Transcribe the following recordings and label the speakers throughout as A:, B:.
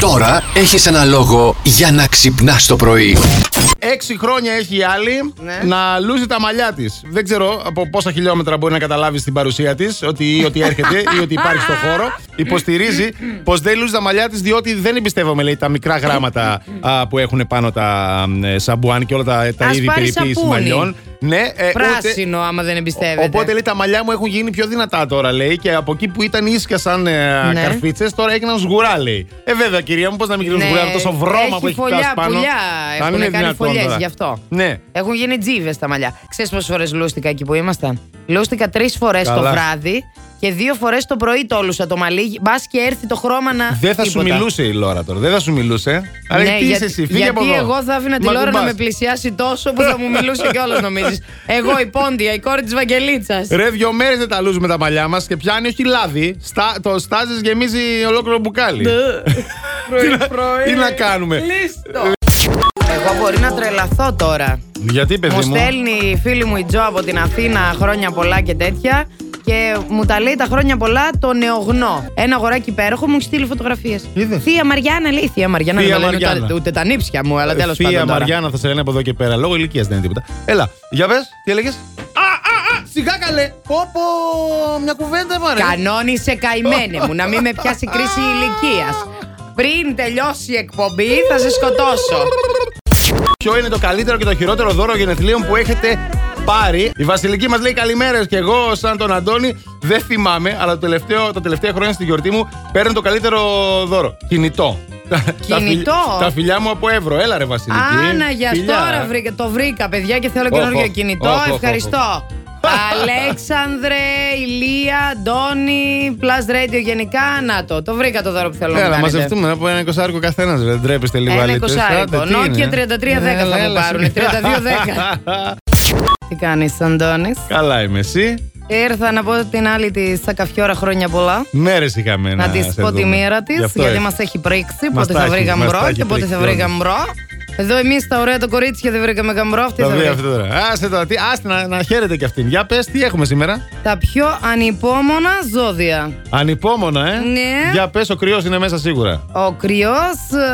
A: Τώρα έχεις ένα λόγο για να ξυπνάς το πρωί.
B: Έξι χρόνια έχει η άλλη
C: Ναι.
B: να λούζει τα μαλλιά της. Δεν ξέρω από πόσα χιλιόμετρα μπορεί να καταλάβεις την παρουσία της, ότι, ή ότι έρχεται ή ότι υπάρχει στο χώρο. Υποστηρίζει πως δεν λούζει τα μαλλιά της, διότι δεν εμπιστεύομαι, λέει, τα μικρά γράμματα α, που έχουν πάνω τα ε, σαμπουάν και όλα τα, τα
C: Ας
B: είδη
C: πάρεις
B: περιποίηση
C: σαπούνι.
B: μαλλιών. Ναι, ε, ούτε-
C: Πράσινο, άμα δεν εμπιστεύεται.
B: Οπότε λέει τα μαλλιά μου έχουν γίνει πιο δυνατά τώρα, λέει. Και από εκεί που ήταν ίσια σαν
C: Ναι.
B: ναι. καρφίτσες, τώρα έγιναν σγουρά, λέει. Ε, βέβαια, κυρία μου, πώς να μην γίνουν
C: Ναι,
B: σγουρά με τόσο βρώμα
C: έχει
B: που έχει
C: φωλιά,
B: φτάσει πάνω.
C: πουλιά.
B: Να μην
C: Έχουν
B: είναι
C: κάνει
B: δυνατόν
C: φωλιές,
B: τώρα.
C: γι' αυτό.
B: Ναι.
C: Έχουν γίνει τζίβες τα μαλλιά. Ξέρεις πόσες φορές λούστηκα εκεί που ήμασταν. Λούστηκα τρεις φορές το
B: Καλά.
C: βράδυ και δύο φορές το πρωί τόλουσα το μαλλί. Μπας και έρθει το χρώμα να.
B: Δεν θα σου
C: Τίποτα.
B: μιλούσε η Λώρα τώρα. Δεν θα σου μιλούσε. Αλλά
C: Ναι,
B: τι
C: για-
B: είσαι εσύ, φύγε από
C: γιατί
B: εδώ.
C: εγώ θα άφηνα τη
B: Μα
C: Λώρα να
B: κουμπάς.
C: με πλησιάσει τόσο που θα μου μιλούσε κιόλας, νομίζεις. Εγώ η Πόντια, η κόρη της Βαγγελίτσας.
B: Ρε, δύο μέρες δεν τα λούζουμε τα μαλλιά μας και πιάνει όχι λάδι. Στα, το στάζεις γεμίζει ολόκληρο μπουκάλι.
C: Ναι. πρωί.
B: Τι να κάνουμε.
C: Εγώ μπορεί να τρελαθώ τώρα.
B: Γιατί, παιδί
C: Μου
B: μου.
C: στέλνει η φίλη μου η Τζο από την Αθήνα χρόνια πολλά και τέτοια και μου τα λέει τα χρόνια πολλά το νεογνώ. Ένα αγοράκι υπέροχο μου έχει στείλει φωτογραφίες.
B: Είδες.
C: Θεία Μαριάννα λέει. Θεία Μαριάννα
B: Θεία
C: δεν με λένε
B: Μαριάννα.
C: ούτε, ούτε τα νύψια μου, αλλά τέλο
B: Φία
C: πάντων. τώρα.
B: Ε, Μαριάννα θα σε λένε από εδώ και πέρα. Λόγω ηλικίας δεν είναι τίποτα. Έλα, για πες, τι έλεγες. Α, α, α, σιγά καλέ. Πόπο, μια κουβέντα μ' αρέσει.
C: Κανόνισε καημένε μου να μην με πιάσει κρίση ηλικίας. Πριν τελειώσει η εκπομπή θα σε σκοτώσω.
B: Ποιο είναι το καλύτερο και το χειρότερο δώρο γενεθλίων που έχετε πάρει. Η Βασιλική μας λέει καλημέρες και εγώ, σαν τον Αντώνη, δεν θυμάμαι, αλλά το τελευταίο, τα τελευταία χρόνια στη γιορτή μου παίρνω το καλύτερο δώρο. Κινητό. Τα- τα φιλ-
C: Κινητό.
B: Τα φιλιά μου από ευρώ. Έλα ρε Βασιλική.
C: Άνα, για
B: Φιλιά.
C: τώρα βρήκα, το βρήκα, παιδιά, και θέλω
B: Οχ,
C: καινούργιο
B: οχ,
C: κινητό.
B: οχ, οχ, οχ.
C: Ευχαριστώ. Αλέξανδρε, Ηλία, Αντώνη, Plus Radio γενικά. Να το, το βρήκα το δώρο που θέλω να
B: Έλα,
C: μου
B: να
C: κάνετε.
B: μαζευτούμε από ένα εικοσάρικο καθένας. Δεν τρέπεστε λίγο
C: Ένα
B: άλλη
C: εικοσάρικο. Nokia 3310
B: Ε,
C: θα μου πάρουν. 3210. Τι κάνεις Αντώνης
B: Καλά είμαι εσύ.
C: Ήρθα να πω την άλλη τη Σακαφιόρα χρόνια πολλά.
B: Μέρε είχαμε
C: Να της
B: σε
C: πω τη
B: δούμε.
C: μοίρα της,
B: Γι' αυτό
C: γιατί
B: έτσι.
C: μας έχει πρίξει.
B: Μας
C: Πότε
B: τα
C: θα
B: έχει-
C: βρει
B: μας τα
C: γαμπρό
B: έχει
C: και πότε θα
B: πρίξει,
C: βρει
B: όντως.
C: γαμπρό. Εδώ εμείς τα ωραία τα κορίτσια δεν βρήκαμε γαμπρό. Αυτή
B: Τα
C: θα
B: βρει
C: βρει.
B: αυτό τώρα. Άστε τώρα, τι, άστε να, να χαίρετε κι αυτήν. Για πες, τι έχουμε σήμερα.
C: Τα πιο ανυπόμονα ζώδια.
B: Ανυπόμονα, ε.
C: Ναι.
B: Για πες, ο κρυός είναι μέσα σίγουρα.
C: Ο κρυός,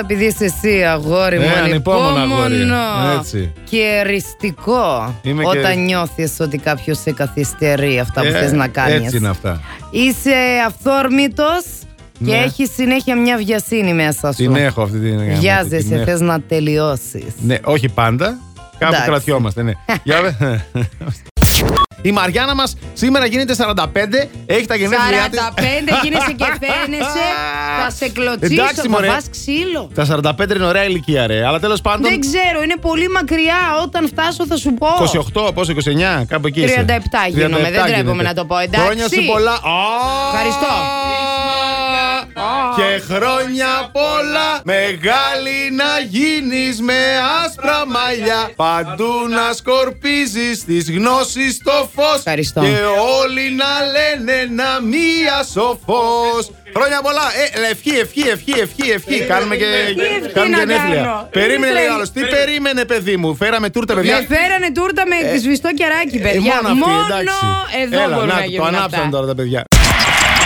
C: επειδή είσαι εσύ αγόρι μου,
B: Ε, ανυπόμονο αγόρι.
C: ανυπόμονο
B: Έτσι.
C: και εριστικό
B: Είμαι και
C: όταν
B: ερι-
C: νιώθεις ότι κάποιος σε καθυστερεί αυτά που θες να κάνεις.
B: Ε, Έτσι είναι αυτά.
C: Είσαι αυθόρμητος και
B: Ναι.
C: έχεις συνέχεια μια βιασύνη μέσα σου.
B: Την έχω αυτή την. την
C: Βιάζεσαι,
B: έχω.
C: θες να τελειώσεις.
B: Ναι, όχι πάντα. Κάπου
C: Εντάξει.
B: κρατιόμαστε, ναι. Για πες. Η Μαριάννα μας σήμερα γίνεται 45, έχει τα
C: 45
B: γενέθλιά της.
C: γίνεσαι και φαίνεσαι, θα σε κλωτσίσω,
B: Εντάξει,
C: θα
B: μωρέ.
C: φας ξύλο.
B: Τα 45 είναι ωραία ηλικία, ρε. Αλλά τέλος πάντων.
C: Δεν ξέρω, είναι πολύ μακριά. Όταν φτάσω θα σου πω.
B: 28, πόσο, 29, κάπου εκεί. είσαι.
C: 37 γίνομαι, δεν
B: 37
C: τρέπομαι
B: γίνεται.
C: να το πω, εντάξει.
B: Χρόνια σου πολλά. Α,
C: Ευχαριστώ.
B: Και χρόνια πολλά. Μεγάλη να γίνεις με άσπρα μαλλιά. Παντού να σκορπίζεις τις γνώσεις το φως.
C: Ευχαριστώ.
B: Και όλοι να λένε να μία σοφός. Χρόνια πολλά. Ε, ευχή, ευχή, ευχή, ευχή, ευχή. Κάνουμε και,
C: ευχή
B: κάνουμε και
C: να
B: νέφλια.
C: κάνω.
B: Περίμενε
C: Είναι
B: λίγο άλλος. Τι περίμενε, παιδί μου. Φέραμε τούρτα, παιδιά.
C: Με φέρανε τούρτα με σβηστό κεράκι,
B: Ε,
C: παιδιά.
B: αυτή,
C: Μόνο
B: εντάξει.
C: εδώ
B: Έλα,
C: μπορούν
B: να,
C: να,
B: το,
C: γίνουν
B: ανάψαν
C: αυτά.
B: τώρα τα παιδιά.